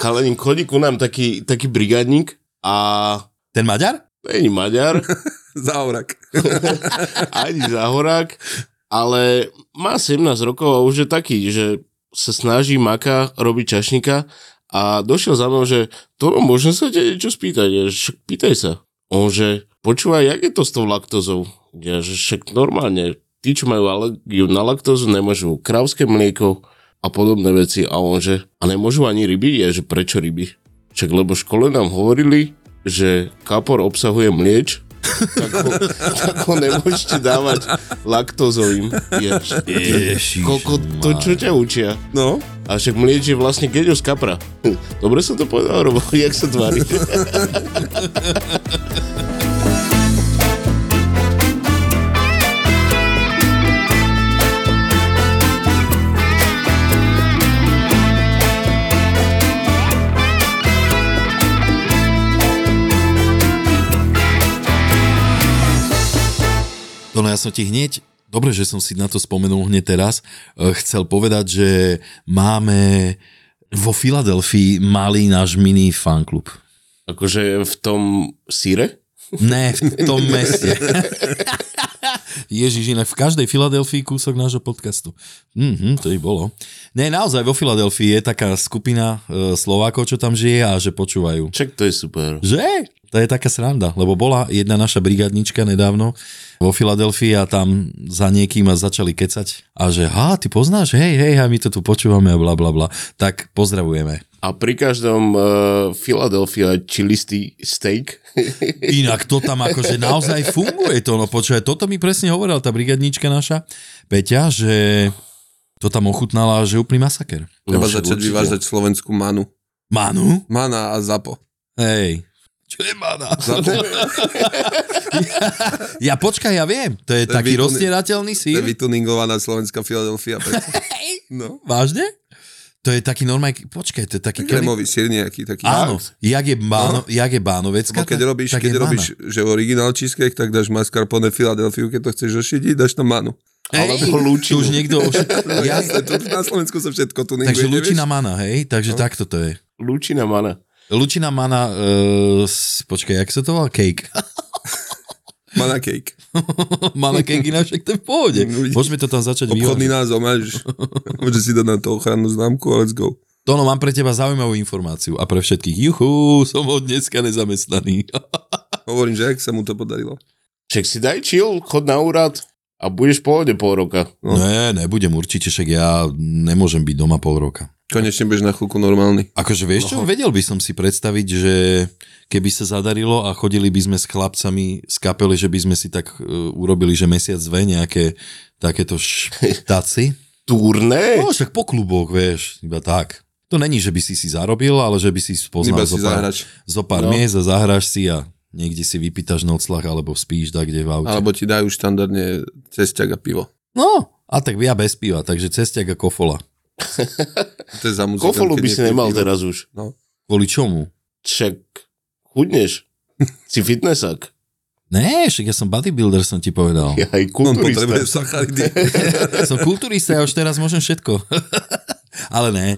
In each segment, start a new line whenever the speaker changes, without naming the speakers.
chalením chodí ku nám taký, taký brigádnik a
Ten Maďar?
není Maďar,
Záorak.
ani Zahorák, ale má 17 rokov a už je taký, že sa snaží maka robiť čašníka a došiel za mnou, že to môžem sa ťa niečo spýtať, ja, že však pýtaj sa. On že, počúvaj, jak je to s tou laktozou? Ja, že však normálne, tí, čo majú alergiu na laktózu, nemôžu krávské mlieko a podobné veci. A on že, a nemôžu ani ryby? Ja, že prečo ryby? Však lebo v škole nám hovorili, že kapor obsahuje mlieč, tak ho, tak ho nemôžete dávať laktozovým. Jež,
Ježiš
koko, to čo ťa učia?
No,
A však mlieč je vlastne geďo z kapra. Dobre som to povedal, Robo, jak sa tvári.
No ja som ti hneď, dobre, že som si na to spomenul hneď teraz, e, chcel povedať, že máme vo Filadelfii malý náš mini fanklub.
Akože v tom síre?
Ne, v tom meste. Ježiš, inak v každej Filadelfii kúsok nášho podcastu. Mhm, to i bolo. Ne, naozaj vo Filadelfii je taká skupina e, Slovákov, čo tam žije a že počúvajú.
Čak to je super.
Že? To je taká sranda, lebo bola jedna naša brigádnička nedávno vo Filadelfii a tam za niekým a začali kecať a že ha, ty poznáš, hej, hej, a my to tu počúvame a bla bla bla. Tak pozdravujeme.
A pri každom uh, Philadelphia chilistý steak
Inak to tam akože naozaj funguje to, no počúvaj, toto mi presne hovorila tá brigádnička naša, Peťa, že to tam ochutnala, že úplný masaker.
treba
však
začať
určite.
vyvážať slovenskú manu.
Manu?
Mana a zapo.
Hej. Čo je mana?
Zapo
Ja počkaj, ja viem, to je
To je
taký
výkonný-
rozstierateľný
to je
sír.
vytuningovaná slovenská Filadelfia. No.
Vážne? To je taký normálny, počkaj, to je taký
Kremový sír nejaký taký.
Áno, jak je, báno, jak je
No. Lebo
bánovecká,
keď
tak-
robíš,
tak
keď
je mána.
robíš že originál cheesecake, tak dáš mascarpone Filadelfiu, keď to chceš ošidiť, dáš tam manu.
Hej,
alebo
to už
lúčinu.
niekto oši...
No,
ja,
jasné, tu na Slovensku sa všetko tu
takže Lučina Mana, hej,
No.
takže takto to je.
Lúčina mana.
Lučina Mana, uh, počkaj, jak sa to volá? Cake.
Mana cake.
mana cake ináč, však to je v pohode.
No, vidíš.
Môžeme to tam začať
Obchodný
vyvážiť.
názov, máš, môže si dať na to ochrannú známku a let's go.
Tono, mám pre teba zaujímavú informáciu a pre všetkých. Juhu, som od dneska nezamestnaný.
Hovorím, že ak sa mu to podarilo.
Čak si daj chill, chod na úrad a budeš v pohode pol roka.
No.
Ne, nebudem určite, však ja nemôžem byť doma pol roka.
Konečne budeš na chuku normálny.
Akože vieš čo, vedel by som si predstaviť, že keby sa zadarilo a chodili by sme s chlapcami z kapely, že by sme si tak e, urobili, že mesiac dve nejaké takéto štáci.
Turné?
No však po kluboch, vieš, iba tak. To není, že by si si zarobil, ale že by si
Iba
spoznal
si
zo pár,
zahrač.
zo pár
No.
miest a zahráš si a niekde si vypýtaš noclach alebo spíš tak, kde v aute.
Alebo ti dajú štandardne cesťak a pivo.
No, a tak ja bez piva, takže cestiak a kofola.
To je za muzikantu.
Kofolu by si nemal teda teraz už.
Kvôli čomu?
Čak chudneš. Si fitnessák.
Ne, však ja som bodybuilder, som ti povedal.
Ja aj
On
No,
kulturista.
potrebuje sacharidy.
Som kulturista, ja už teraz môžem všetko. Ale ne.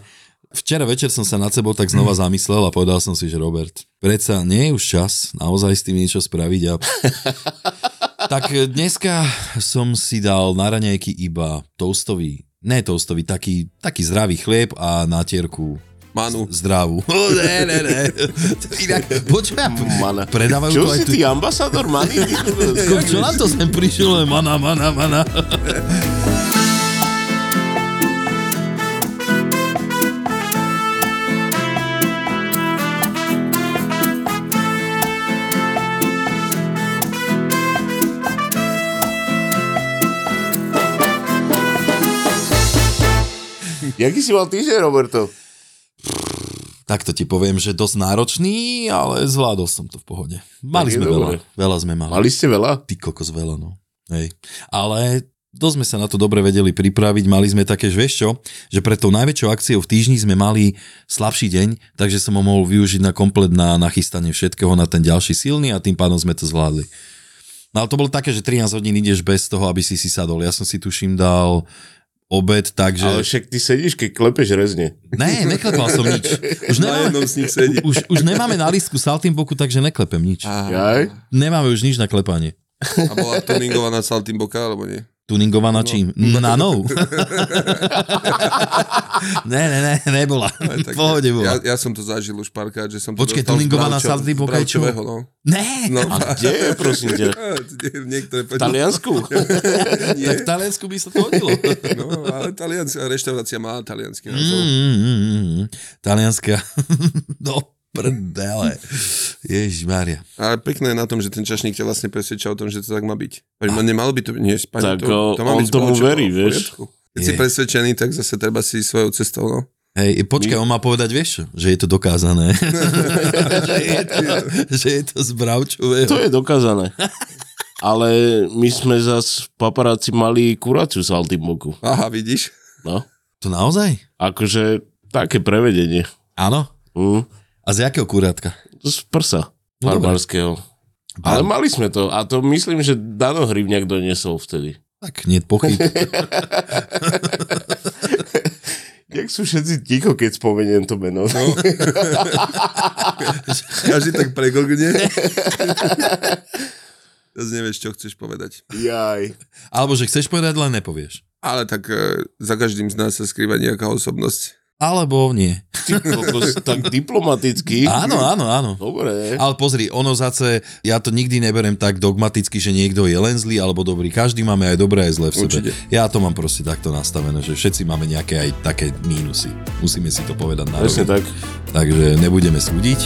Včera večer som sa nad sebou tak znova zamyslel a povedal som si, že Robert, predsa nie je už čas naozaj s tým niečo spraviť. A... tak dneska som si dal na raňajky iba toastový, ne toastový, taký, taký zdravý chlieb a natierku
Manu.
zdravú. O, ne, ne, ne. To Inak, počujem,
Mana. Čo
predávajú to aj
si
tu.
ty ambasador Mani?
Ko, čo na to sem prišiel? Mana, mana, mana.
Jaký si mal týždeň, Roberto?
Tak to ti poviem, že dosť náročný, ale zvládol som to v pohode. Mali
Tak je
sme
dobre.
veľa. Veľa sme mali.
Mali ste veľa?
Ty kokos veľa, no. Hej. Ale dosť sme sa na to dobre vedeli pripraviť, mali sme také, že vieš čo, že pred tou najväčšou akciou v týždni sme mali slabší deň, takže som ho mohol využiť na komplet na nachystanie všetkého na ten ďalší silný a tým pádom sme to zvládli. No ale to bolo také, že 13 hodín ideš bez toho, aby si si sadol. Ja som si tuším dal obed, takže...
Ale však ty sedíš, keď klepeš rezne.
Ne, neklepal som nič. Už
Na jednom
nemáme,
z nich sedí.
už, už nemáme na lístku Saltimboku, takže neklepem nič.
Jaj?
Nemáme už nič na klepanie.
A bola tuningovaná Saltimboka, alebo nie?
Tuningovaná
No.
čím? Na nou. ne, ne, ne, nebola. V pohode bola.
No, Ja, ja som to zažil už párkrát, že som to
Počkej,
dostal z
tuningovaná
bravčov-
Saltimboka je čo?
bravčového, no.
Ne!
No.
A
Kde je, prosím ťa?
Niektoré
V Taliansku?
tak v Taliansku by sa to hodilo.
No, ale talianská reštaurácia má talianský názov.
Mm, mm, mm, mm. Talianska. Do prdele. Ježišmaria.
Ale pekné je na tom, že ten čašník ťa vlastne presvedčia o tom, že to tak má byť. Až ma nemalo by to byť, nie, pani,
Tak,
to, to má
on
byť
tomu
spoločné,
verí,
v
vieš.
poriadku. Keď si
Je.
presvedčený, tak zase treba si svojou cestou, no.
Hej, počkaj, on má povedať, vieš, čo? že je to dokázané. že, je to, že je to z Bravčového.
To je dokázané. Ale my sme zas v paparáci mali kuraciu saltimboku.
Aha, vidíš?
No.
To naozaj?
Akože také prevedenie.
Áno.
Mm.
A z jakého kurátka?
Z prsa.
No dobre.
Barbarského. Ale mali sme to. A to myslím, že Dano Hrivňák doniesol vtedy.
Tak, nie pochyb.
Jak sú všetci ticho, keď spomeniem to meno. No.
Každý tak pregogne. Teraz nevieš, čo chceš povedať.
Jaj.
Alebo že chceš povedať, len nepovieš.
Ale tak e, za každým z nás sa skrýva nejaká osobnosť.
Alebo nie.
Ty kokos, tak diplomaticky.
Áno, áno, áno.
Dobre.
Ale pozri, ono zase, ja to nikdy neberem tak dogmaticky, že niekto je len zlý alebo dobrý. Každý máme aj dobré, aj zlé v sebe.
Určite.
Ja to mám proste takto nastavené, že všetci máme nejaké aj také mínusy. Musíme si to povedať na
Presne
rovinu.
tak.
Takže nebudeme súdiť.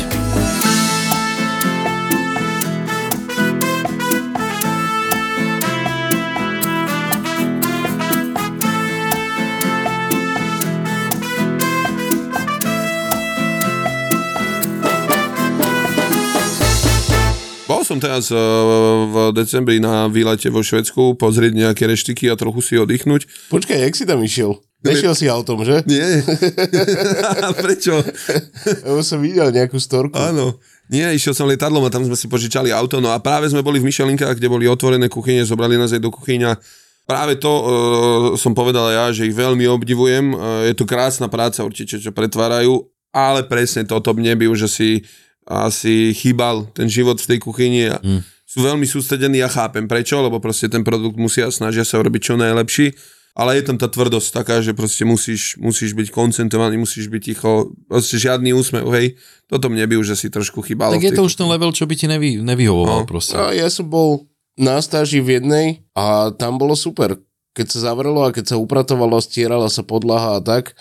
Bol som teraz e, v decembri na výlete vo Švedsku pozrieť nejaké reštiky a trochu si oddychnúť.
Počkaj, jak si tam išiel? Nešiel si autom, že?
Nie. Prečo?
Lebo som videl nejakú storku.
Áno. Nie, išiel som lietadlom a tam sme si požičali auto. No a práve sme boli v Michelinkách, kde boli otvorené kuchyne, zobrali nás aj do kuchyňa. Práve to e, som povedal ja, že ich veľmi obdivujem. E, je to krásna práca určite, čo pretvárajú, ale presne toto mne by už asi, asi chýbal ten život v tej kuchyni. A Sú veľmi sústredení, ja chápem prečo, lebo proste ten produkt musia, snažia sa urobiť čo najlepší. Ale je tam tá tvrdosť taká, že proste musíš, musíš byť koncentrovaný, musíš byť ticho, proste žiadny úsmev, hej. Toto mne by už asi trošku chýbalo.
Tak
v
je
tej
to už ten level, čo by ti nevy, nevyhovoval no. proste.
No, ja som bol na stáži v jednej a tam bolo super. Keď sa zavrelo a keď sa upratovalo, stierala sa podlaha a tak,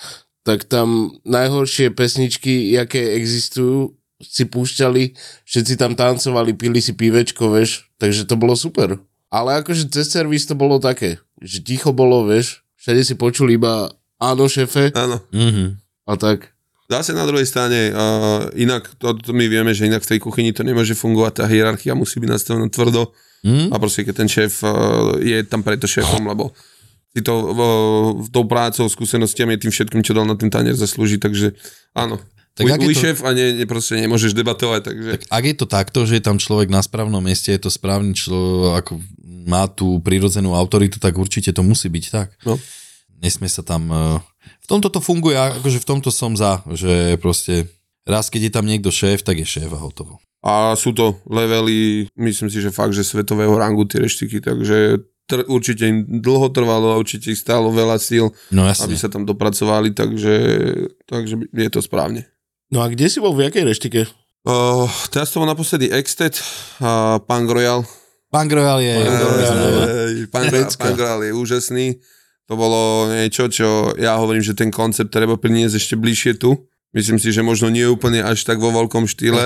tak tam najhoršie pesničky, aké existujú, si púšťali, všetci tam tancovali, pili si pívečko, vieš, takže to bolo super. Ale akože cez servis to bolo také, že ticho bolo, vieš, všade si počuli iba áno šefe
Áno.
Mhm.
a tak.
Zase na druhej strane, uh, inak, to, to my vieme, že inak v tej kuchyni to nemôže fungovať, tá hierarchia musí byť nastavená tvrdo
Mhm.
a proste keď ten šéf uh, je tam preto šéfom, lebo si to uh, tou prácou, skúsenostiami, tým všetkým, čo dal na ten tanier, zaslúži, takže áno.
Tak
Tak
ak je
Uj,
to-
šéf a ne, ne, proste nemôžeš debatovať, takže...
Tak ak je to takto, že je tam človek na správnom mieste, je to správny človek, ako má tú prirodzenú autoritu, tak určite to musí byť tak.
No.
Nesmie sa tam... e, V tomto to funguje, akože v tomto som za, že proste raz, keď je tam niekto šéf, tak je šéf a hotovo.
A sú to levely, myslím si, že fakt, že svetového rangu tie reštiky, takže tr- určite im dlho trvalo a určite ich stálo veľa síl,
No
aby
jasne.
sa tam dopracovali, takže, takže je to správne.
No a kde si bol, v jakej reštike?
Uh, teraz to bol naposledy Exted a Pang Royal.
Pán Grojal je...
Pán Royal je-
Ej, Pang,
Pecka.
Pang Royal je úžasný. To bolo niečo, čo ja hovorím, že ten koncept treba priniesť ešte bližšie tu. Myslím si, že možno nie úplne až tak vo veľkom štýle,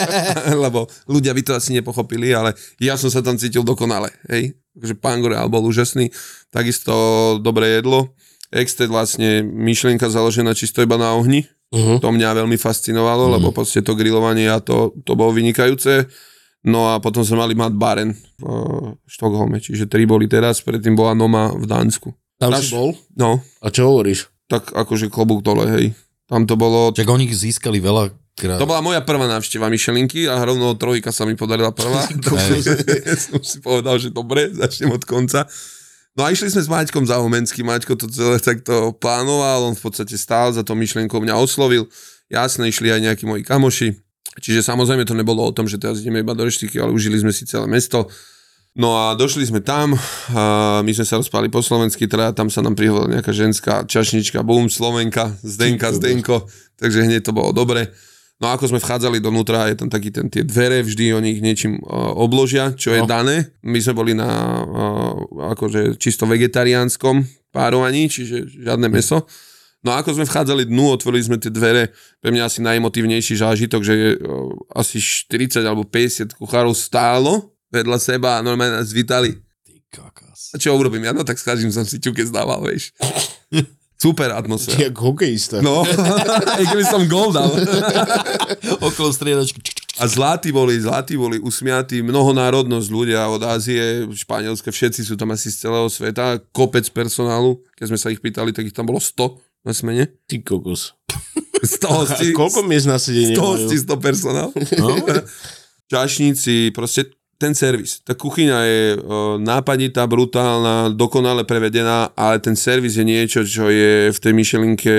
lebo ľudia by to asi nepochopili, ale ja som sa tam cítil dokonale, hej. Takže Pangoreal bol úžasný, takisto dobré jedlo. Exted vlastne myšlienka založená čisto iba na ohni,
Uh-huh.
to mňa veľmi fascinovalo, mm. lebo proste to grilovanie a to, to bolo vynikajúce. No a potom sme mali Mad Baren v eh, Štokholme, čiže tri boli teraz, predtým bola Noma v Dánsku.
Tam si
Náš-
bol?
No,
A čo hovoríš?
tak akože klobúk dole, hej. Tam to bolo...
Čak oni získali veľa krát.
To bola moja prvá návšteva Myšelinky a rovno trojka sa mi podarila prvá. som si povedal, že dobre, začnem od konca. No a išli sme s Maťkom za Homenským, Maťko to celé takto plánoval, on v podstate stál za to myšlienkou, mňa oslovil. Jasne, išli aj nejakí moji kamoši. Čiže samozrejme to nebolo o tom, že teraz ideme iba do reštiky, ale užili sme si celé mesto. No a došli sme tam, a my sme sa rozpali po slovensky, teda tam sa nám prihovorila nejaká ženská čašnička, bum, Slovenka, Zdenka, Zdenko, takže hneď to bolo dobre. No a ako sme vchádzali dovnútra, je tam taký ten, tie dvere, vždy oni ich niečím uh, obložia, čo no. je dané. My sme boli na uh, akože čisto vegetariánskom párovaní, čiže žiadne meso. No a ako sme vchádzali dnu, otvorili sme tie dvere, pre mňa asi najemotívnejší zážitok, že e, asi 40 alebo 50 kuchárov stálo vedľa seba a normálne nás vítali.
Ty kakas.
A čo urobím? Ja no tak skážim, som si ťuke zdával, vieš. Super atmosféra.
Jak hokejista.
No, aj keby som gol dal.
Okolo striedačky. Čuk, čuk, čuk.
A zlatí boli, zlatí boli usmiatí, mnohonárodnosť ľudia od Ázie, Španielska, všetci sú tam asi z celého sveta, kopec personálu, keď sme sa ich pýtali, tak ich tam bolo 100 na smene.
Ty kokos.
100
A
hostí,
koľko miest na sedenie
To
majú?
si to personál. No. Čašníci, proste ten servis. Tá kuchyňa je e, nápaditá, brutálna, dokonale prevedená, ale ten servis je niečo, čo je v tej myšelinke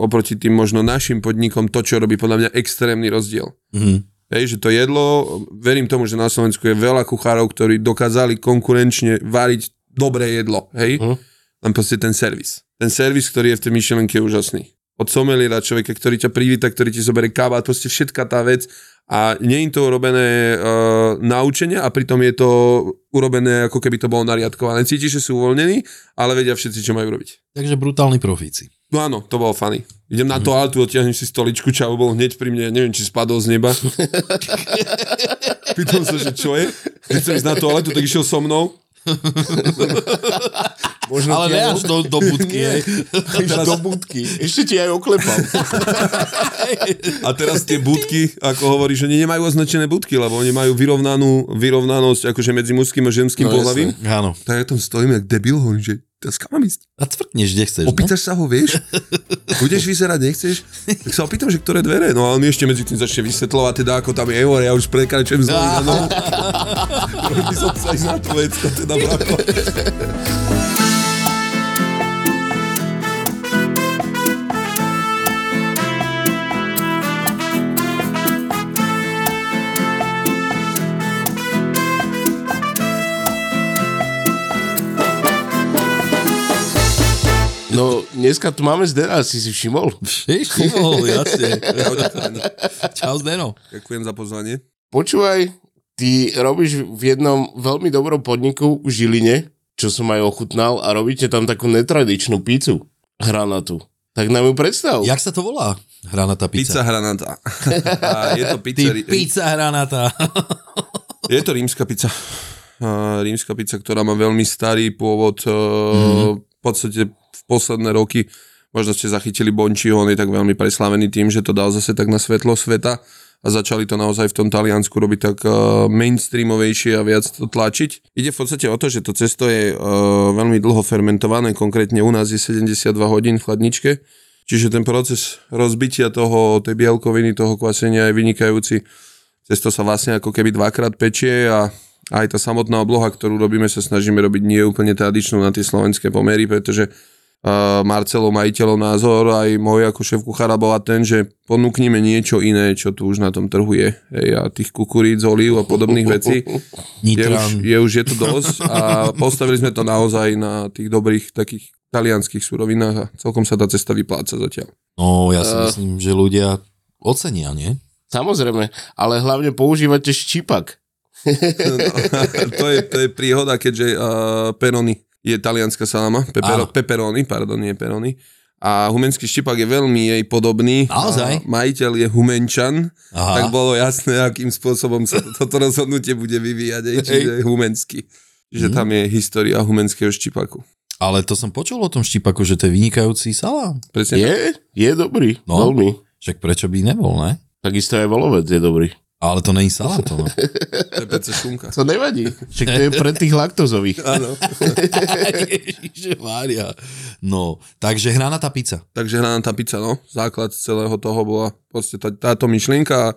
oproti tým možno našim podnikom to, čo robí podľa mňa extrémny rozdiel.
Mhm.
Hej, že to jedlo, verím tomu, že na Slovensku je veľa kuchárov, ktorí dokázali konkurenčne variť dobré jedlo, hej?
Mhm.
Hm. Len proste ten servis. Ten servis, ktorý je v tej myšlienke je úžasný. Od someliera človeka, ktorý ťa privíta, ktorý ti zoberie káva, proste všetka tá vec a nie je to urobené uh, naučenie a pritom je to urobené ako keby to bolo nariadkované. Cítiš, že sú uvoľnení, ale vedia všetci, čo majú robiť.
Takže brutálni profíci.
No áno, to bolo funny. Idem na to altu, odtiahnem si stoličku, čau bol hneď pri mne, neviem, či spadol z neba. Pýtam sa, že čo je? Keď chcem ísť na toaletu, tak išiel so mnou.
Možno
Ale
ti
ne
aj
až do, do budky. hej.
Ešte do budky. Ešte ti aj oklepal.
A teraz tie budky, ako hovoríš, oni nemajú označené budky, lebo oni majú vyrovnanú, vyrovnanosť akože medzi mužským a
No,
ženským no, pohľavím.
Áno.
Tak ja tam stojím, jak debil, hovorím, že teraz kam mám ísť?
A cvrtneš, kde chceš. ne?
Opýtaš sa ho, vieš? Budeš vyzerať, nechceš? Tak sa opýtam, že ktoré dvere. No a on mi ešte medzi tým začne vysvetľovať, teda ako tam je eur, ja už prekračujem z no. By som sa ísť na Turecko, teda brako.
No, dneska tu máme Zdena, si si všimol.
Vieš, ty
No,
bol, jasne. Čau, Zdeno.
Ďakujem za pozvanie.
Počúvaj, ty robíš v jednom veľmi dobrom podniku v Žiline, čo som aj ochutnal a robíte tam takú netradičnú pizzu hranatú. Tak nám ju predstav.
Jak sa to volá? Hranatá pizza.
Pizza Hranata. A je to pizza,
Ty pizza hranatá.
Je to rímska pizza. A Rímska pizza, ktorá má veľmi starý pôvod. Mm. V podstate v posledné roky možno ste zachytili Bončiho, on je tak veľmi preslavený tým, že to dal zase tak na svetlo sveta a začali to naozaj v tom Taliansku robiť tak eh, mainstreamovejšie a viac to tlačiť. Ide v podstate o to, že to cesto je eh, veľmi dlho fermentované, konkrétne u nás je 72 hodín v chladničke, čiže ten proces rozbitia toho, tej bielkoviny, toho kvasenia je vynikajúci. Cesto sa vlastne ako keby dvakrát pečie a aj tá samotná obloha, ktorú robíme, sa snažíme robiť nie úplne tradičnú na tie slovenské pomery, pretože uh, Marcelov, majiteľov názor, aj môj ako šéf kuchára bola ten, že ponúknime niečo iné, čo tu už na tom trhu je. Hej, a tých kukuríc, olív a podobných vecí. Je už,
Nitran.
je už je to dosť a postavili sme to naozaj na tých dobrých takých talianských surovinách a celkom sa tá cesta vypláca zatiaľ.
No, ja si
Eh.
myslím, že ľudia ocenia, nie?
Samozrejme, ale hlavne používate štípak.
No, to, je, to je príhoda, keďže uh, peroni je talianská salama, pepero,
Áno.
peperoni, pardon, nie peroni. A humenský štipak je veľmi jej podobný.
Naozaj?
A majiteľ je humenčan,
Aha.
tak bolo jasné, akým spôsobom sa to- toto rozhodnutie bude vyvíjať, hej, čiže humenský. Čiže tam je história humenského štipaku.
Ale to som počul o tom štípaku, že to je vynikajúci salám.
Presne
Je, je dobrý,
No.
no. veľmi.
Však prečo by nebol, ne?
Takisto aj volovec je dobrý.
Ale to není salám to. No.
PPC šunka.
To nevadí, však to je pre tých laktozových.
Áno.
Ježišmária. No, takže hranatá pizza.
Takže hranatá pizza, no. Základ celého toho bola proste tá, táto myšlienka a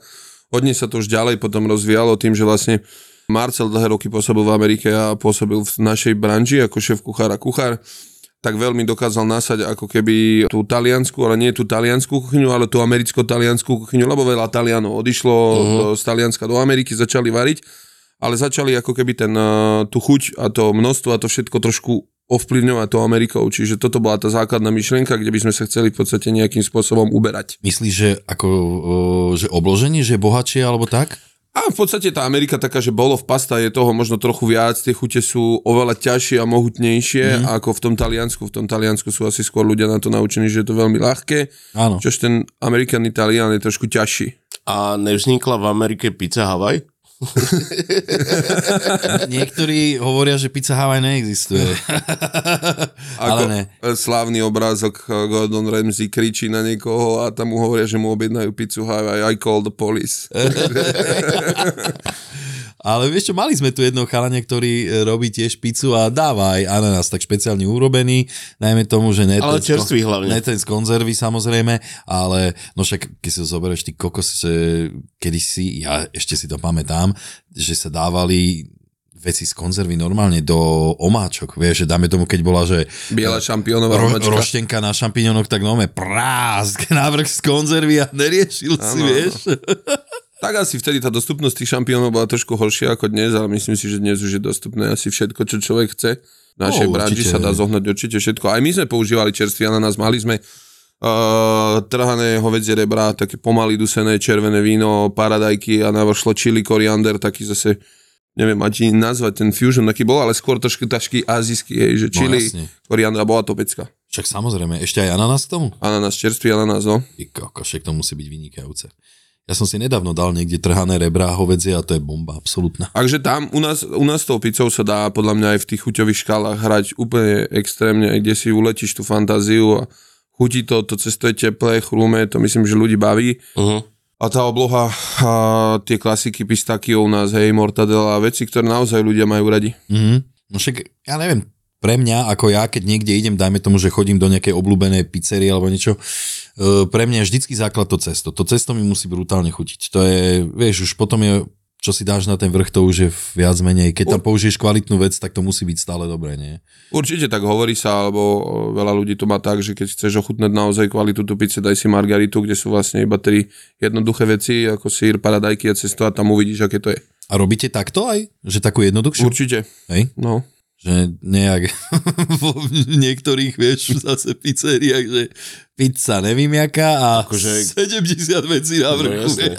od nej sa to už ďalej potom rozvíjalo tým, že vlastne Marcel dlhé roky pôsobil v Amerike a pôsobil v našej branži ako šéf kuchár a kuchár, tak veľmi dokázal nasať ako keby tú taliansku, ale nie tú taliansku kuchyňu, ale tú americko-taliansku kuchyňu, lebo veľa Talianov odišlo do, z Talianska do Ameriky, začali variť, ale začali ako keby ten, eh, tú chuť a to množstvo a to všetko trošku ovplyvňovať tou Amerikou. Čiže toto bola tá základná myšlienka, kde by sme sa chceli v podstate nejakým spôsobom uberať.
Myslíš, že ako, o, že obloženie, že je bohatšie alebo tak?
A v podstate tá Amerika taká, že bolo v pasta, je toho možno trochu viac, tie chute sú oveľa ťažšie a mohutnejšie ako v tom Taliansku. V tom Taliansku sú asi skôr ľudia na to naučení, že je to veľmi ľahké,
Áno.
čož ten American Italian je trošku ťažší.
A nevznikla v Amerike pizza Havaj?
Niektorí hovoria, že pizza Hawaii neexistuje. Ale ne.
e, Slávny obrázok e, Gordon Ramsay kričí na niekoho a tam mu hovoria, že mu objednajú pizzu Hawaii, I call the police.
Ale vieš čo, mali sme tu jedného chalania, ktorý e, robí tiež pizzu a dáva aj ananás tak špeciálne urobený, najmä tomu, že ne
Ale
ten z kon-
čerstvý hlavne.
Ne ten z konzervy samozrejme, ale no však keď si to zoberieš, ty kokos, že kedysi, ja ešte si to pamätám, že sa dávali veci z konzervy normálne do omáčok, vieš, že dáme tomu, keď bola, že
Biela šampiónová
Ro-
omáčka.
roštenka na šampiňonoch, tak nome prásk, návrh z konzervy a neriešil si,
Áno, áno.
vieš.
Tak asi vtedy tá dostupnosť tých šampiónov bola trošku horšia ako dnes, ale myslím si, že dnes už je dostupné asi všetko, čo človek chce. V našej
No,
branži
určite.
sa dá zohnať určite všetko. Aj my sme používali čerstvý ananás, mali sme uh, trhané hovedzie rebra, také pomaly dusené červené víno, paradajky a navršlo chili, koriander, taký zase neviem ani nazvať ten fusion, taký bol, ale skôr trošku tašky azijský, hej, že
No,
chili,
jasne.
koriander a bola to pecka.
Však samozrejme, ešte aj ananás k tomu?
Ananás, čerstvý ananás, no.
Ty kokos, však to musí byť vynikajúce. Ja som si nedávno dal niekde trhané rebrá hovedzie a to je bomba absolútna.
Takže tam u nás, u nás tou pizzou sa dá podľa mňa aj v tých chuťových škálach hrať úplne extrémne, kde si uletíš tú fantáziu a chutí to, to cesto je teplé, chrume, to myslím, že ľudí baví.
Uh-huh.
A tá obloha, a tie klasiky pistaky u nás, hej, mortadela, veci, ktoré naozaj ľudia majú radi.
Mhm. No však, ja neviem, pre mňa, ako ja, keď niekde idem, dajme tomu, že chodím do nejakej obľúbenej pizzerie alebo niečo, e, pre mňa je vždycky základ to cesto. To cesto mi musí brutálne chutiť. To je, vieš, už potom je, čo si dáš na ten vrch, to už je viac menej. Keď tam použiješ kvalitnú vec, tak to musí byť stále dobré, nie?
Určite tak hovorí sa, alebo e, veľa ľudí to má tak, že keď chceš ochutnať naozaj kvalitu tú pizze, daj si margaritu, kde sú vlastne iba tri jednoduché veci, ako sír, paradajky a cesto a tam uvidíš, aké to je.
A robíte takto aj? Že takú jednoduchšiu?
Určite,
Hej?
no.
že nejak vo niektorých, vieš, zase pizzeriách, že pizza nevymiaká a
Akože-
70 vecí na
No,
vrchu.
jasne.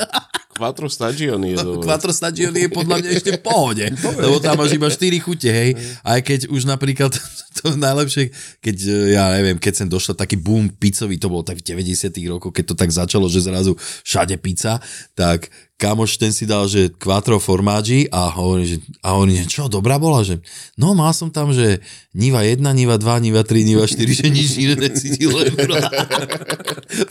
Quattro stagioni je dobré.
Quattro stagioni je podľa mňa ešte v pohode, lebo tam máš iba 4 chute, hej. Aj keď už napríklad to najlepšie, keď e, ja neviem, keď sem došla taký boom pizzový, to bolo tak v 90 rokoch, keď to tak začalo, že zrazu všade pizza, tak kamoš ten si dal, že quattro formáži a hovorí, že, a hovorí, že čo, dobrá bola, že no mal som tam, že Niva 1, Niva 2, Niva 3, Niva 4, že nič iné necítil, len pro-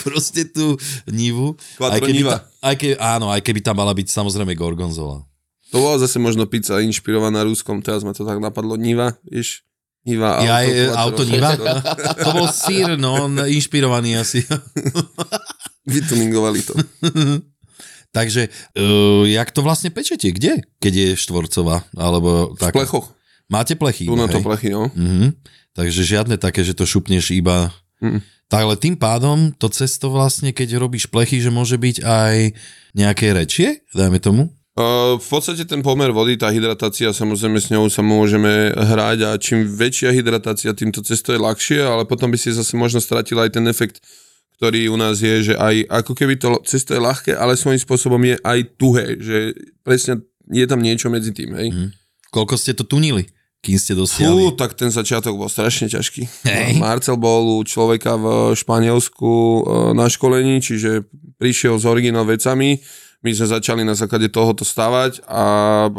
proste tú Nivu.
Quattro
keby
Niva.
ta- aj ke, áno, aj keby tam mala byť samozrejme Gorgonzola.
To bola zase možno pizza inšpirovaná Ruskom, teraz ma to tak napadlo, Niva, vieš? Niva,
Ja je
quattro,
auto Niva? To bol sír, no, on inšpirovaný asi.
Vytuningovali to.
e, Takže, uh, jak to vlastne pečete? Kde? Keď je štvorcová? Alebo
V
tak.
plechoch.
Máte plechy?
Tu na to
hej?
plechy, no.
Mhm. Takže žiadne také, že to šupneš iba...
Mm.
Tak, ale tým pádom to cesto vlastne, keď robíš plechy, že môže byť aj nejaké rečie, dajme tomu.
Uh, v podstate ten pomer vody, tá hydratácia, samozrejme s ňou sa môžeme hrať a čím väčšia hydratácia, tým to cesto je ľahšie, ale potom by si zase možno stratil aj ten efekt, ktorý u nás je, že aj ako keby to lo- cesto je ľahké, ale svojím spôsobom je aj tuhé, že presne je tam niečo medzi tým, hej.
Mhm.
Mm.
Koľko ste to tunili, kým ste
Fú,
dosiahli?
tak ten začiatok bol strašne ťažký.
Hej.
Marcel bol u človeka v Španielsku e, na školení, čiže prišiel s originál vecami. My sme začali na základe tohoto stavať a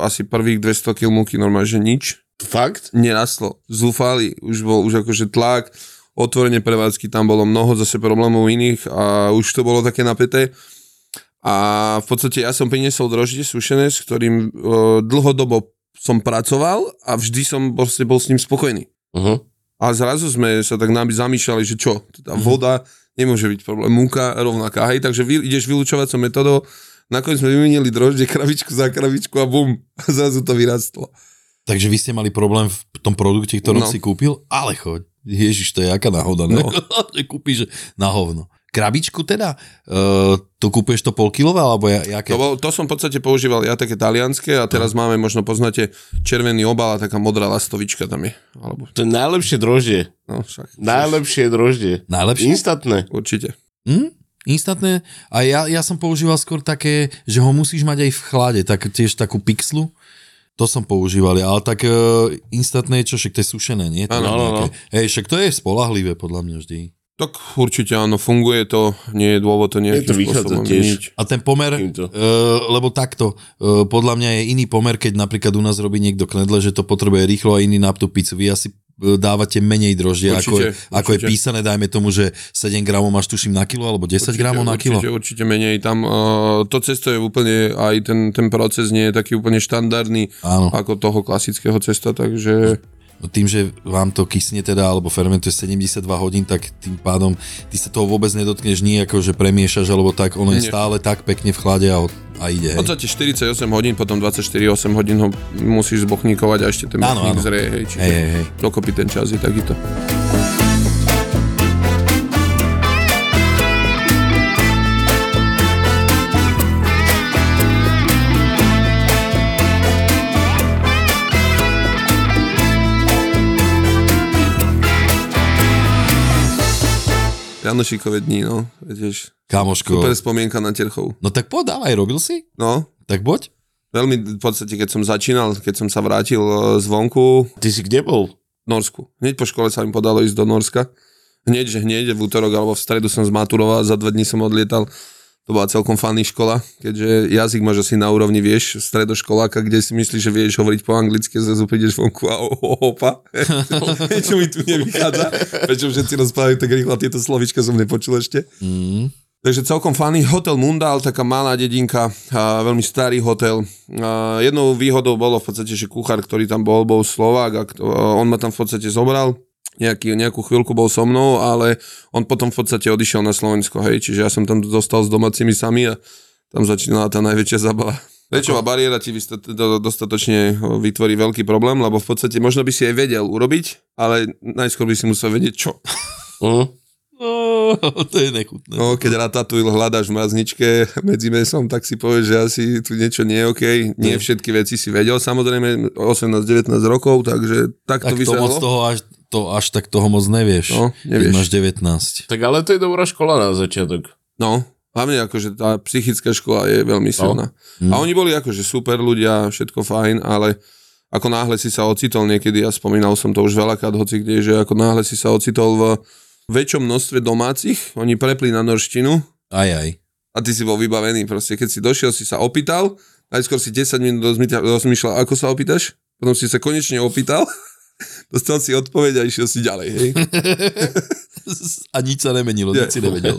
asi prvých 200 kg múky normálne, že nič
Fakt?
nerastlo. Zúfali, už bol už akože tlak, otvorenie prevádzky, tam bolo mnoho zase problémov iných a už to bolo také napäté. A v podstate ja som priniesol droždie sušené, s ktorým e, dlhodobo som pracoval a vždy som proste bol s ním spokojný.
Uh-huh.
A zrazu sme sa tak nám zamýšľali, že čo, teda voda nemôže byť problém, múka rovnaká, hej, takže vy, ideš vylúčovacou metodou, nakoniec sme vymenili droždie krabičku za krabičku a bum, a zrazu to vyrastlo.
Takže vy ste mali problém v tom produkte, ktorom
No.
si kúpil, ale choď. Ježiš, to je aká náhoda, ne?
No.
Že Kúpiš na hovno. Krabičku teda? E, to kúpuješ to polkilové, alebo ja, jaké?
To, bol, to som v podstate používal ja také talianské a teraz máme, možno poznáte, červený obal a taká modrá lastovička tam je. Alebo,
To je najlepšie droždie.
no však.
Najlepšie droždie.
Najlepšie?
Instantné.
Určite.
Hm? Instantné. A ja, ja som používal skôr také, že ho musíš mať aj v chlade, tak tiež takú pixlu. To som používal, ale tak e, instantné je čo, však to je sušené, nie? To
Áno,
je
áno,
nejaké- Hej, však to je spolahlivé podľa mňa vždy.
Tak určite áno, funguje to, nie je dôvod to nejakým
to vychádza
spôsobom
tiež.
meniť.
A ten pomer, e,
Týmto.
lebo takto, e, podľa mňa je iný pomer, keď napríklad u nás robí niekto knedle, že to potrebuje rýchlo a iný na tú pizzu. Vy asi e, dávate menej droždia, ako, je-
Určite,
ako je
určite.
písané, dajme tomu, že 7 gramov máš tuším na kilo, alebo 10 gramov na kilo.
Určite, určite menej. Tam uh, to cesto je úplne, aj ten, ten proces nie je taký úplne štandardný
Áno.
ako toho klasického cesta, takže
No tým, že vám to kysne teda, alebo fermentuje 72 hodín, tak tým pádom ty sa toho vôbec nedotkneš nie ako, že premiešaš, alebo tak, ono je
Nie. No
stále tak pekne v chlade a, ho- a ide.
v
Hej.
podstate 48 hodín, potom 24-8 hodín ho musíš zbochníkovať a ešte ten
Áno,
bochník
áno.
zrie, hej, čiže
Hej, hej, hej.
dokopy ten čas je takýto. Janošikové dní, no, vieš, super
Kamoško,
spomienka na Terchov.
no tak poď, dávaj, robil si?
No,
Tak poď.
veľmi v podstate, keď som začínal, keď som sa vrátil e, zvonku,
Ty si kde bol?
Norsku. Hneď po škole sa mi podalo ísť do Norska. Hneď, že hneď, v útorok alebo v stredu som zmaturoval, za dva dní som odlietal. To bola celkom fanný škola, keďže jazyk máš asi na úrovni, vieš, stredoškoláka, kde si myslíš, že vieš hovoriť po anglicky, zrazu prídeš vonku a o- o- opa, niečo mi tu nevychádza, prečo všetci rozprávajú tak rýchlo, a tieto slovička som nepočul ešte.
Mm.
Takže celkom fany. Hotel Mundal, taká malá dedinka, a veľmi starý hotel. A jednou výhodou bolo v podstate, že kuchár, ktorý tam bol, bol Slovák a kto- a on ma tam v podstate zobral. Nejaký, nejakú chvíľku bol so mnou, ale on potom v podstate odišiel na Slovensko, hej, čiže ja som tam zostal s domácimi sami a tam začínala tá najväčšia zabava. Rečová bariéra ti vysta- do- dostatočne o, vytvorí veľký problém, lebo v podstate možno by si aj vedel urobiť, ale najskôr by si musel vedieť čo.
Uh-huh.
No, to je nechutné.
No, keď ratatouille hľadáš v mrazničke medzi mesom, tak si povieš, že asi tu niečo nie je OK. Nie všetky veci si vedel, samozrejme, 18-19 rokov, takže tak
tak
to
to moc
vyzeralo.
toho až, to až tak toho moc nevieš.
No, nevieš.
Keď máš 19.
Tak ale to je dobrá škola na začiatok.
No, hlavne akože tá psychická škola je veľmi silná.
Hm.
A oni boli akože super ľudia, všetko fajn, ale ako náhle si sa ocitol niekedy, ja spomínal som to už veľakrát, hoci kde, že ako náhle si sa ocitol v väčšom množstve domácich, oni prepli na norštinu,
Aj, aj.
a ty si bol vybavený proste. Keď si došiel, si sa opýtal, najskôr si 10 minút rozmýta- rozmýšľal, ako sa opýtaš, potom si sa konečne opýtal, dostal si odpoveď a išiel si ďalej, hej.
A nič sa nemenilo,
Je.
nič si nevedel.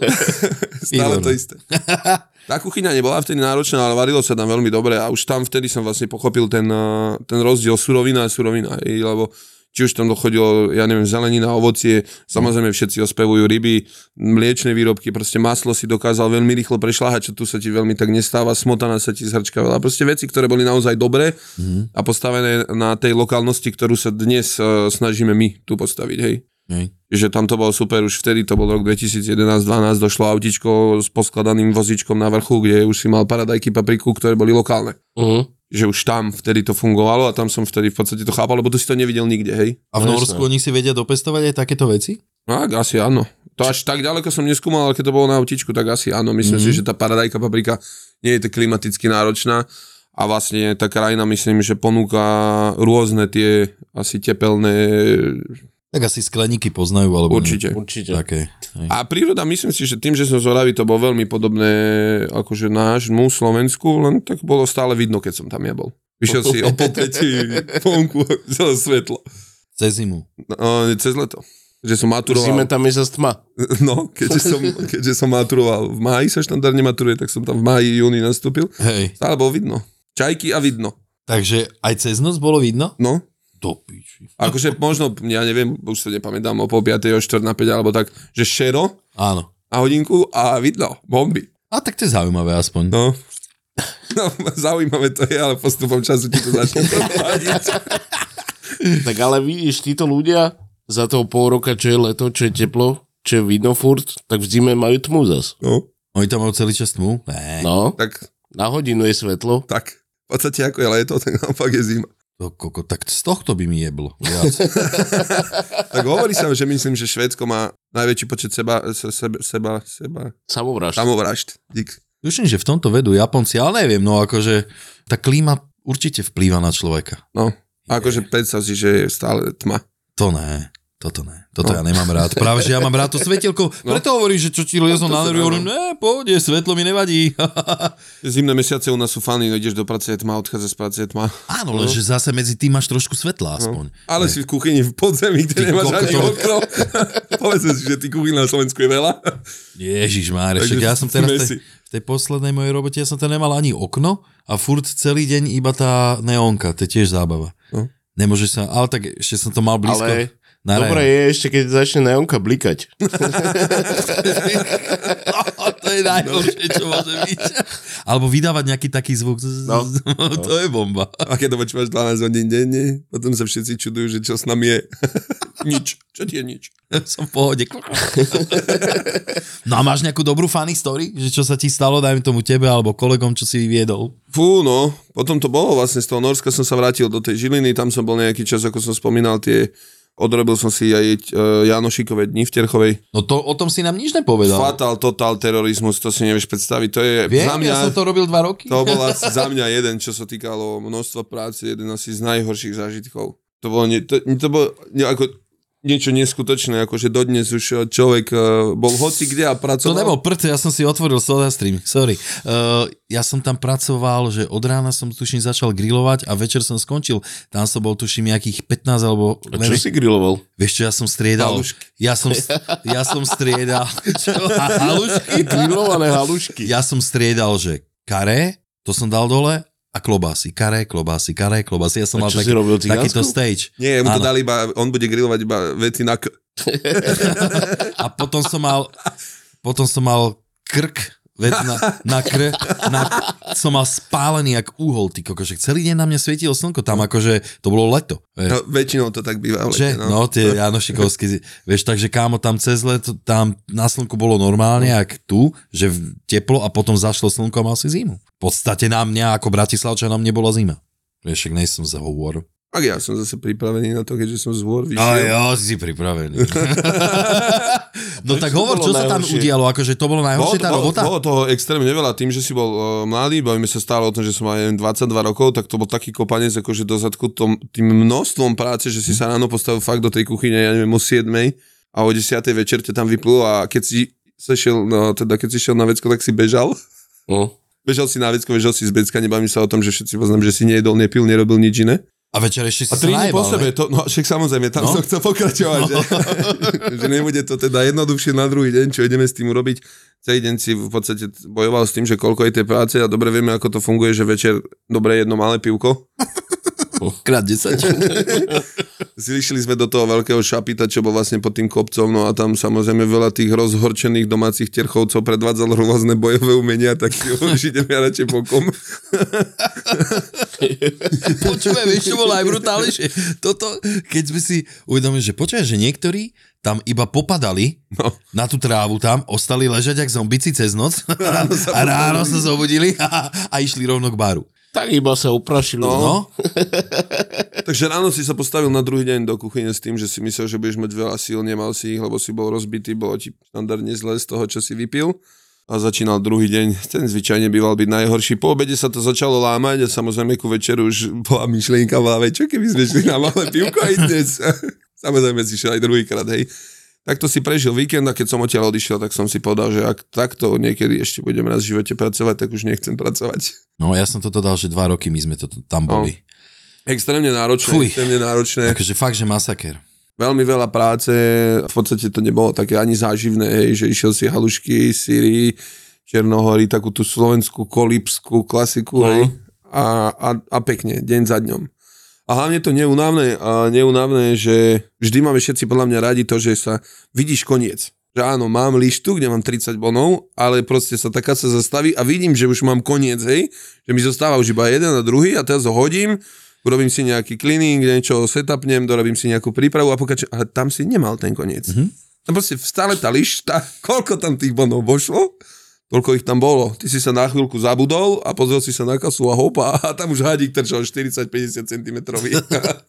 Stále to
Výborné.
isté. Tá kuchyňa nebola vtedy náročná, ale varilo sa tam veľmi dobre a už tam vtedy som vlastne pochopil ten, eh, ten rozdiel surovina a surovina, hej, lebo Či už tam dochodilo, ja neviem, zelenina, ovocie, samozrejme všetci ospevujú ryby, mliečne výrobky, proste maslo si dokázal veľmi rýchlo prešľahať, čo tu sa ti veľmi tak nestáva, smotana sa ti zhrčkavala. Proste veci, ktoré boli naozaj dobré mm. a postavené na tej lokálnosti, ktorú sa dnes e, snažíme my tu postaviť, hej
Hej.
že tam to bolo super, už vtedy to bol rok 2011-12, došlo autičko s poskladaným vozičkom na vrchu, kde už si mal paradajky, papriku, ktoré boli lokálne.
Uh-huh.
Že už tam vtedy to fungovalo a tam som vtedy v podstate to chápal, lebo tu si to nevidel nikde, hej.
A v
No, jasné.
Norsku oni si vedia dopestovať aj takéto veci?
Tak, asi áno. To až tak ďaleko som neskúmal, ale keď to bolo na autičku, tak asi áno. Myslím mm-hmm. si, že tá paradajka paprika nie je tak klimaticky náročná a vlastne tá krajina myslím, že ponúka rôzne tie asi tepelné
Tak asi skleníky poznajú, alebo nie.
Určite.
Určite. Tak.
Také. Hej.
A príroda, myslím si, že tým, že som z Oravy, to bolo veľmi podobné akože nášmu Slovensku, len tak bolo stále vidno, keď som tam ja bol. Vyšiel si o polpeti vonku za svetlo.
Cez zimu.
No, cez leto. Že som maturoval.
Zime tam je zase tma.
No, keďže som, keďže som maturoval. V máji sa štandardne maturuje, tak som tam v máji, júni nastúpil.
Hej.
Stále bolo vidno. Čajky a vidno.
Takže aj cez noc bolo vidno?
No,
Do piči.
akože možno, ja neviem, už sa nepamätám, o pol 5, o 4 na 5, alebo tak, že šero
Áno.
a hodinku a vidno. Bomby.
A tak to je zaujímavé aspoň.
No. no. Zaujímavé to je, ale postupom času ti to začne pádiť.
Tak ale vidíš, títo ľudia za toho pol roka, čo je leto, čo je teplo, čo je vidno furt, tak v zime majú tmu zas.
No,
Oni tam majú celý čas tmu? Né.
No,
tak,
na hodinu je svetlo.
tak. V podstate ako je leto, tak naopak je zima.
To, koko, tak z tohto by mi jeblo. Viac.
Tak hovorí sa, že myslím, že Švédsko má najväčší počet seba, se, seba, seba, seba,
Samovražd.
samovražd. Dík.
Tuším, že v tomto vedú Japonci, ale neviem, no akože tá klíma určite vplýva na človeka.
No, a akože predstav si, že je stále tma.
To ne, toto ne, toto
No.
ja nemám rád. Práve, že ja mám rád to svetelko, no. preto hovorím, že čo ti lezlo
No,
na nervy, hovorím, ne, pohode, svetlo mi nevadí.
Zimné mesiace u nás sú fany, no ideš do práce, je tma, odchádza z práce, je tma.
No.
Áno, lenže zase medzi tým máš trošku svetla aspoň.
Ale si v kuchyni v podzemí,
Ty
kde nemáš
kokot.
ani okno. Povedzme si, že tých kuchyn na Slovensku je veľa.
Ježiš Máre,
Takže
však ja som teraz v tej,
mesi.
v tej poslednej mojej robote, ja som tam nemal ani okno a furt celý deň iba tá neonka, to je tiež zábava.
No.
Nemôže sa, ale tak ešte som to mal blízko.
Ale
na
Dobre
raja.
je ešte, keď začne neonka blikať.
No, to je najhoršie, čo môže byť. Alebo vydávať nejaký taký zvuk.
No.
to je bomba.
A keď to počúvaš 12 hodín denne, potom sa všetci čudujú, že čo s nami je. nič. Čo ti je nič?
Som v pohode. No a máš nejakú dobrú funny story? Že čo sa ti stalo, dajme tomu tebe alebo kolegom, čo si vyviedol?
Fú, no, potom to bolo vlastne z toho Norska som sa vrátil do tej Žiliny, tam som bol nejaký čas, ako som spomínal, tie odrobil som si aj e, Janošikové dni v Terchovej.
No to o tom si nám nič nepovedal.
Fatal, total terorizmus, to si nevieš predstaviť. To je
Teda- Viem,
za mňa...
ja som to robil dva roky.
To bol asi za mňa jeden, čo sa týkalo množstva práce, jeden asi z najhorších zážitkov. To bolo, nie, to, to bolo nie, ako, niečo neskutočné, akože dodnes už človek eh, bol hoci kde a
To
pracoval.
nebol prd, ja som si otvoril soda stream, sorry. Uh, ja som tam pracoval, že od rána som tuším začal grilovať a večer som skončil. Tam som bol tuším nejakých 15 alebo...
A čo si griloval?
Vieš čo, ja som striedal.
Halušky.
Ja som, ja som striedal. Čo? Halušky?
Grilované halušky.
Ja som striedal, že karé, to som dal dole, a klobásy, karé, klobásy, karé, klobásy. Ja som
A
mal
čo si
taký,
robil,
takýto
cigánsku?
stage.
Nie, mu to
Áno.
dali iba, on bude grilovať iba veci na k...
A potom som mal, potom som mal krk, vec na, na kr, na, som mal spálený jak úhol, ty kokošek. Celý deň na mňa svietilo slnko, tam akože, to bolo leto.
No,
Vieš.
väčšinou to tak býva. v lete,
Že? No, tie Janošikovské, vieš, takže kámo, tam cez leto, tam na slnku bolo normálne, jak tu, že v- teplo a potom zašlo slnko a mal si zimu. V podstate na mňa, ako Bratislavča, na mne bola zima. Vieš, však nejsem za hovor.
Tak ja som zase pripravený na to, keďže som z hôr
A
vyšiel.
jo, si pripravený.
To
no tak
čo
hovor,
bolo
čo sa tam
najhoršie?
udialo, akože to bolo
Bolo,
najhoršie
to-
tá
bolo,
robota?
bolo toho extrémne veľa, tým, že si bol uh, mladý, bavíme sa stále o tom, že som mal neviem, 22 rokov, tak to bol taký kopanec akože do zadku tom, tým množstvom práce, že si sa ráno postavil fakt do tej kuchyne, ja neviem, o 7 a o 10 večer ťa tam vyplulo a keď si sa šiel, no, teda keď si šiel na vecko, tak si bežal.
No.
Bežal si na vecko, bežal si z becka, nebavím sa o tom, že všetci poznám, že si nejedol, nepil, nerobil nič iné.
A večer ešte si
A tri
sa
dní po
najebal,
sebe, to, no však samozrejme, tam
No.
no? som chcel pokračovať, že, že nebude to teda jednoduchšie na druhý deň, čo ideme s tým urobiť. Celý deň si v podstate bojoval s tým, že koľko je tej práce a dobre vieme, ako to funguje, že večer dobre jedno malé pivko
krát 10.
Zišli sme do toho veľkého šapita, čo bol vlastne pod tým kopcom, no a tam samozrejme veľa tých rozhorčených domácich terchovcov predvádzalo rôzne bojové umenia, tak si hovoríš, ideme ja radšej bokom.
Počúvaj, vieš, čo bolo aj brutálnejšie? Toto, keď sme si uvedomili, že počúvaj, že niektorí tam iba popadali
No.
na tú trávu tam, ostali ležať jak zombici cez noc a ráno sa zobudili a, a išli rovno k baru.
Tak iba sa uprašilo.
No,
Takže ráno si sa postavil na druhý deň do kuchyne s tým, že si myslel, že budeš mať veľa síl, nemal si ich, lebo si bol rozbitý, bolo ti štandardne zle z toho, čo si vypil. A začínal druhý deň, ten zvyčajne býval byť najhorší. Po obede sa to začalo lámať a samozrejme ku večeru už bola myšlienka v hlave, čo keby sme šli na malé pivko aj dnes. samozrejme si šiel aj druhýkrát, hej. Takto si prežil víkend a keď som odtiaľ odišiel, tak som si povedal, že ak takto niekedy ešte budem raz v živote pracovať, tak už nechcem pracovať.
no ja som toto dal, že dva roky my sme to tam boli.
Extrémne náročné,
Fuj.
extrémne náročné.
Takže fakt, že masaker.
veľmi veľa práce, v podstate to nebolo také ani záživné, hej, že išiel si halušky, síry, Černohory, takú tú slovenskú kolipskú klasiku, hej, a, a, a pekne, deň za dňom. A hlavne to neunávne, a neunávne, že vždy máme všetci podľa mňa radi to, že sa vidíš koniec. Že áno, mám lištu, kde mám 30 bonov, ale proste sa taká sa zastaví a vidím, že už mám koniec, hej, že mi zostáva už iba jeden a druhý a teraz ho hodím, urobím si nejaký cleaning, niečo setupnem, dorobím si nejakú prípravu a pokračujem, ale tam si nemal ten koniec. Mm-hmm. No proste stále tá lišta, koľko tam tých bonov vošlo, toľko ich tam bolo. Ty si sa na chvíľku zabudol a pozrel si sa na kasu a hopa, a tam už hádik trčal 40-50 cm.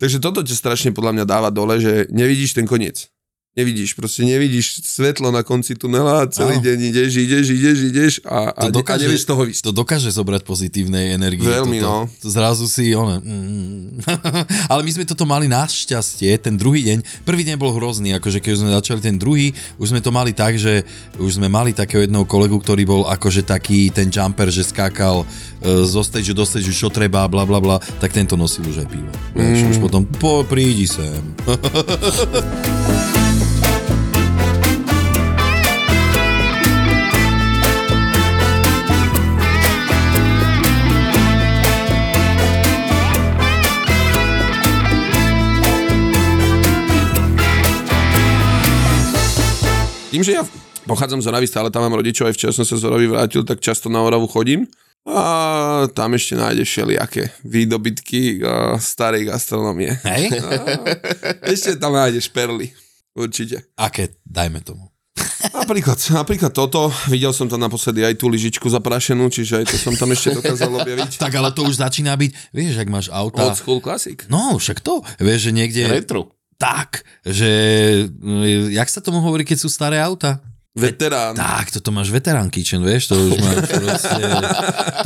Takže toto ťa strašne podľa mňa dáva dole, že nevidíš ten koniec. Nevidíš, proste nevidíš svetlo na konci tunela a celý
Áno.
deň ideš, ideš, ideš, ideš a, a, ne- a nevieš z toho vysť.
to dokáže zobrať pozitívnej energie.
Veľmi,
toto.
no.
To Zrazu si, ono, mm. ale my sme toto mali našťastie, ten druhý deň, prvý deň bol hrozný, akože keď už sme začali ten druhý, už sme to mali tak, že už sme mali takého jedného kolegu, ktorý bol akože taký ten jumper, že skákal e, zo stage do stage, čo treba, bla bla bla, tak tento nosil už aj pivo. Mm. Už potom, po, prídi sem.
Tým, že ja pochádzam z Oravy, stále tam mám rodičov, aj včera som sa z Oravy vrátil, tak často na Oravu chodím. A tam ešte nájdeš všelijaké výdobytky a starej gastronomie.
Hej?
Ešte tam nájdeš perly. Určite.
Aké, dajme tomu.
Napríklad, napríklad toto, videl som tam naposledy aj tú lyžičku zaprašenú, čiže aj to som tam ešte dokázal objaviť.
Tak ale to už začína byť, vieš, ak máš auta.
Old school classic.
No, však to. Vieš, že niekde...
Retro.
Tak, že... e, Jak sa tomu hovorí, keď sú staré auta?
Veterán.
Tak, toto máš veterán kitchen, vieš, to už má proste,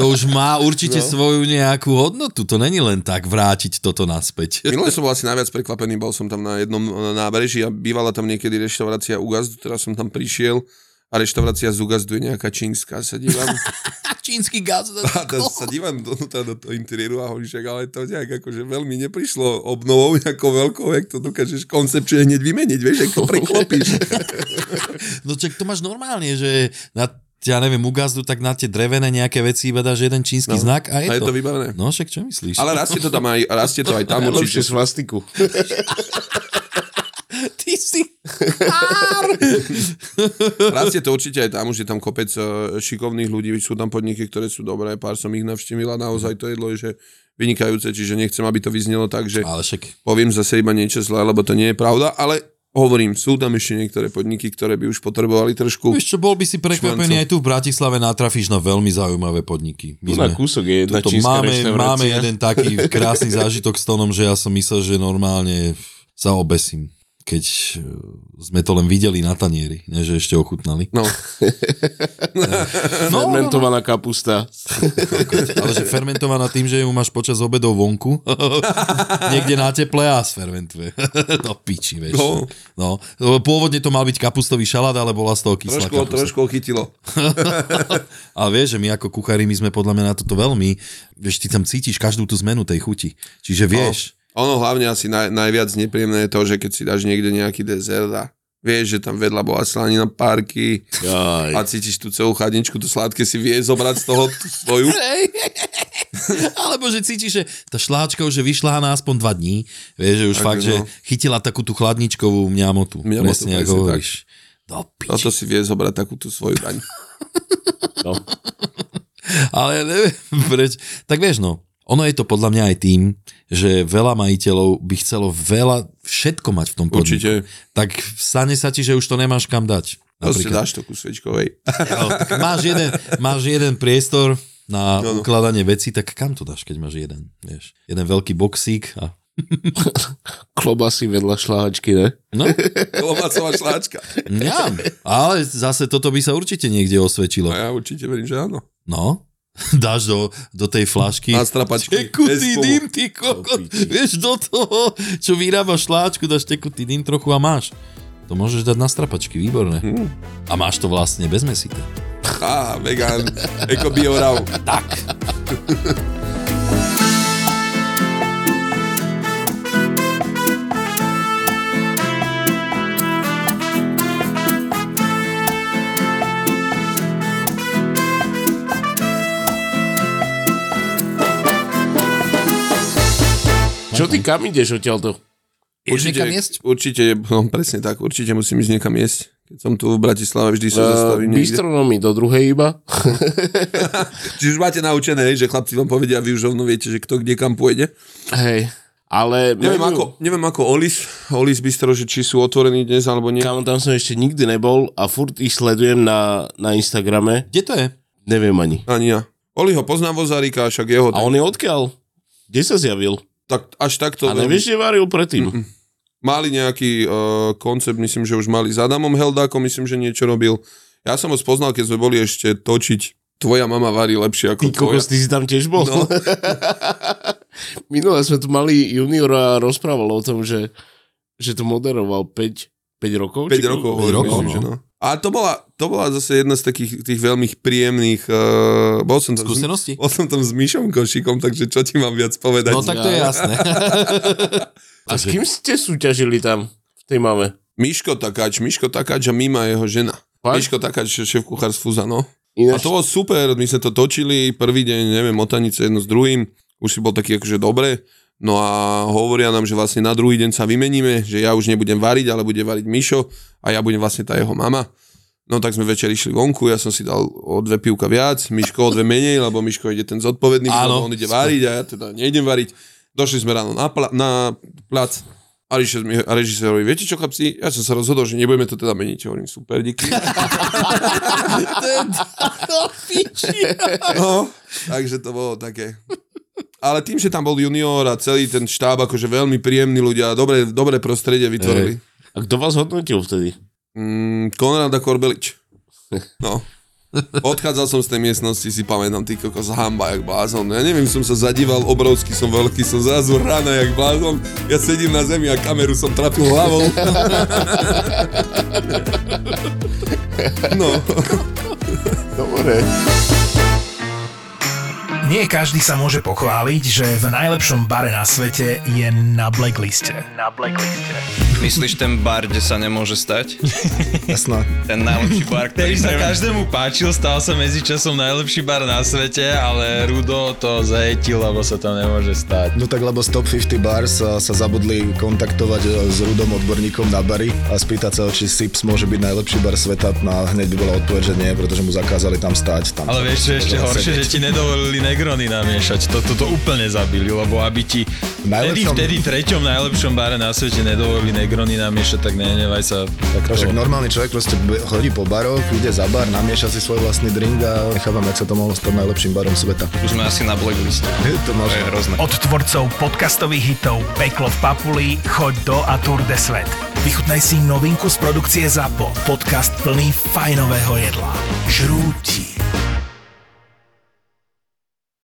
to už má určite no. svoju nejakú hodnotu, to není len tak vrátiť toto naspäť.
Minule som bol asi najviac prekvapený, bol som tam na jednom e, nábreží a bývala tam niekedy reštaurácia Ugazdu, teraz som tam prišiel a reštaurácia z Ugazdu je nejaká čínska, sa dívam.
A čínsky gaz.
A teraz sa dívam do, teda do, do toho interiéru a hovorím, že ale to nejak akože veľmi neprišlo obnovou nejakou veľkou, jak to dokážeš koncepčne hneď vymeniť, vieš, jak to preklopíš.
No čak to máš normálne, že na, ja neviem, u gazdu, tak na tie drevené nejaké veci iba dáš jeden čínsky no. znak a je,
A je
to.
to vybavené.
No však čo myslíš?
Ale rastie to tam aj, rastie to aj tam
Najlepšie
určite.
svastiku.
Ty si...
Rastie to určite aj tam, už je tam kopec e, šikovných ľudí, sú tam podniky, ktoré sú dobré, pár som ich navštívil a naozaj to jedlo je, že vynikajúce, čiže nechcem, aby to vyznelo tak, že
Ale však
poviem zase iba niečo zlé, lebo to nie je pravda, ale hovorím, sú tam ešte niektoré podniky, ktoré by už potrebovali trošku.
Vieš čo, bol by si prekvapený,
Švancov.
aj tu v Bratislave natrafíš na veľmi zaujímavé podniky. My
Tu na kúsok je jedna
Tuto
čínska
máme,
reštaurácia.
máme jeden No, taký krásny zážitok s Tonom, že ja som myslel, že normálne sa obesím, keď eh, sme to len videli na tanieri, ne, že ešte ochutnali.
No,
No, no, no,
Fermentovaná kapusta.
ale že fermentovaná tým, že ju máš počas obedov vonku, niekde na teple a sfermentuje. no piči, vieš.
No.
No. no. Pôvodne to mal byť kapustový šalát, ale bola z toho kyslá
trošku,
kapusta.
trošku chytilo.
Ale vieš, že my ako kuchári, my sme podľa mňa na toto veľmi, vieš, ty tam cítiš každú tú zmenu tej chuti. Čiže
No.
vieš,
Ono hlavne asi naj, najviac nepríjemné je to, že keď si dáš niekde nejaký dezert a vieš, že tam vedľa bola slanina parky a
Jaj.
cítiš tú celú chladničku, to sladké si vie zobrať z toho tú svoju.
Alebo že cítiš, že tá šláčka už je vyšláhaná aspoň dva dní. Vieš, že už
Tak,
fakt,
no.
že chytila takú tú chladničkovú mňamotu.
Mňamotu,
Presne,
presne
ako hovoríš. No, Do piči.
Toto si vie zobrať takú tú svoju daň.
No.
Ale ja neviem preč. Tak vieš no, ono je to podľa mňa aj tým, že veľa majiteľov by chcelo veľa, všetko mať v tom podniku.
Určite.
Tak stane sa ti, že už to nemáš kam dať.
Proste
Napríklad.
dáš to ku sviečkovej.
Jo, tak máš, jeden, máš jeden priestor na
No, no.
ukladanie veci, tak kam to dáš, keď máš jeden? Vieš? Jeden veľký boxík a...
Klobasy vedľa šláhačky, ne?
No,
Klobacová šláčka.
ňam. Ale zase toto by sa určite niekde osvedčilo.
A No ja určite verím, že áno.
No, dáš do, do tej flašky.
Na strapačky.
Tekutý
Bez povu.
dym, ty kokot. Vieš, do toho, čo vyrábaš šláčku, dáš tekutý dym trochu a máš. To môžeš dať na strapačky, výborné.
Hm.
A máš to vlastne bez mesita.
Á, vegan, eko biorav.
Čo ty kam ideš odtiaľto?
Určite,
niekam jesť?
určite, no presne tak, určite musím ísť niekam jesť. Keď som tu v Bratislave, vždy
Eh,
sa zastavím niekde.
Bistronomy do druhej iba.
Čiže už máte naučené, hej, že chlapci vám povedia, vy už rovno viete, že kto kde kam pôjde.
Hej. Ale...
Neviem
menu-
ako, neviem ako Olis, Olis Bistro, že či sú otvorení dnes alebo nie.
Kámo, tam som ešte nikdy nebol a furt ich sledujem na, na Instagrame.
Kde to je?
Neviem ani.
Ani ja. Oli ho poznám vozárika, však jeho.
A
Tak,
on je odkiaľ? Kde sa zjavil?
tak, až takto.
A nevieš, že varil predtým?
mali nejaký uh, koncept, myslím, že už mali s Adamom Heldákom, myslím, že niečo robil. Ja som ho spoznal, keď sme boli ešte točiť Tvoja mama varí lepšie ako
Ty kokos,
tvoja.
ty si tam tiež bol?
No.
Minule sme tu mali juniora a rozprával o tom, že, že to moderoval 5, 5 rokov.
5 rokov,
Päť
hovorím,
rokov,
myslím,
no.
že no. A to bola, to bola zase jedna z takých tých veľmi príjemných... Uh, bol som tam s-
Skúsenosti?
Bol som tam s Myšom Košikom, takže čo ti mám viac povedať?
No tak to je jasné.
A s kým ste súťažili tam? V tej mame.
Miško Takáč, Miško Takáč a Mima jeho žena.
Fakt?
Miško Takáč, šéf kuchár z Fúza, no. A
Ináč,
to bolo super, my sme to točili, prvý deň, neviem, otanice jedno s druhým, už si bol taký akože dobre, no a hovoria nám, že vlastne na druhý deň sa vymeníme, že ja už nebudem variť, ale bude variť Mišo a ja budem vlastne tá jeho mama. No tak sme večer išli vonku, ja som si dal o dve pivka viac, Miško o dve menej, lebo Miško ide ten zodpovedný,
Áno.
lebo on ide variť a ja teda nejdem variť. Došli sme ráno na, pla- na plac, a režisér mi- a režisér hovorí, viete čo chlapci, ja som sa rozhodol, že nebudeme to teda meniť. Hovorím, super, díky. No, takže to bolo také. Ale tým, že tam bol junior a celý ten štáb, akože veľmi príjemní ľudia, dobre, dobré prostredie vytvorili.
a kto vás hodnotil vtedy?
Mm, Konrada Korbelič. No. Odchádzal som z tej miestnosti, si pamätám, ty kokos, hamba, jak blázon. Ja neviem, som sa zadíval, obrovský som veľký, som zrazu rána, jak blázon. Ja sedím na zemi a kameru som trafil hlavou. No.
Dobre.
Nie každý sa môže pochváliť, že v najlepšom bare na svete je na blackliste. Na blackliste.
Myslíš ten bar, kde sa nemôže stať?
Jasné.
Ten najlepší bar, ktorý sa každému páčil, stal sa medzičasom najlepší bar na svete, ale Rudo to zajetil, lebo sa tam nemôže stať.
No tak lebo z Top 50 Bars eh, sa, sa zabudli kontaktovať e, s Rudom odborníkom na bary a spýtať sa, ho, či Sips môže byť najlepší bar sveta. Na hneď by bola odpoveď, že nie, pretože mu zakázali tam stať. Tam
Ale
sa-
vieš, čo je ešte
sa-
horšie, že ti nedovolili Negrony namiešať. Toto to úplne zabili, lebo aby ti vtedy,
Najlepšom-
vtedy treťom najlepšom bare na svete nedovolili Negrony namiešať, tak nenevaj sa. Tak
No,
to...
Však normálny človek proste b- chodí po baroch, ide za bar, namieša si svoj vlastný drink a nechávam, jak sa to mohlo stať najlepším barom sveta.
Už sme asi na blackliste.
to možno.
Od tvorcov podcastových hitov Peklo v Papuli, Choď do a Tour de Svet. Vychutnaj si novinku z produkcie ZAPO. Podcast plný fajnového jedla. Žrúti.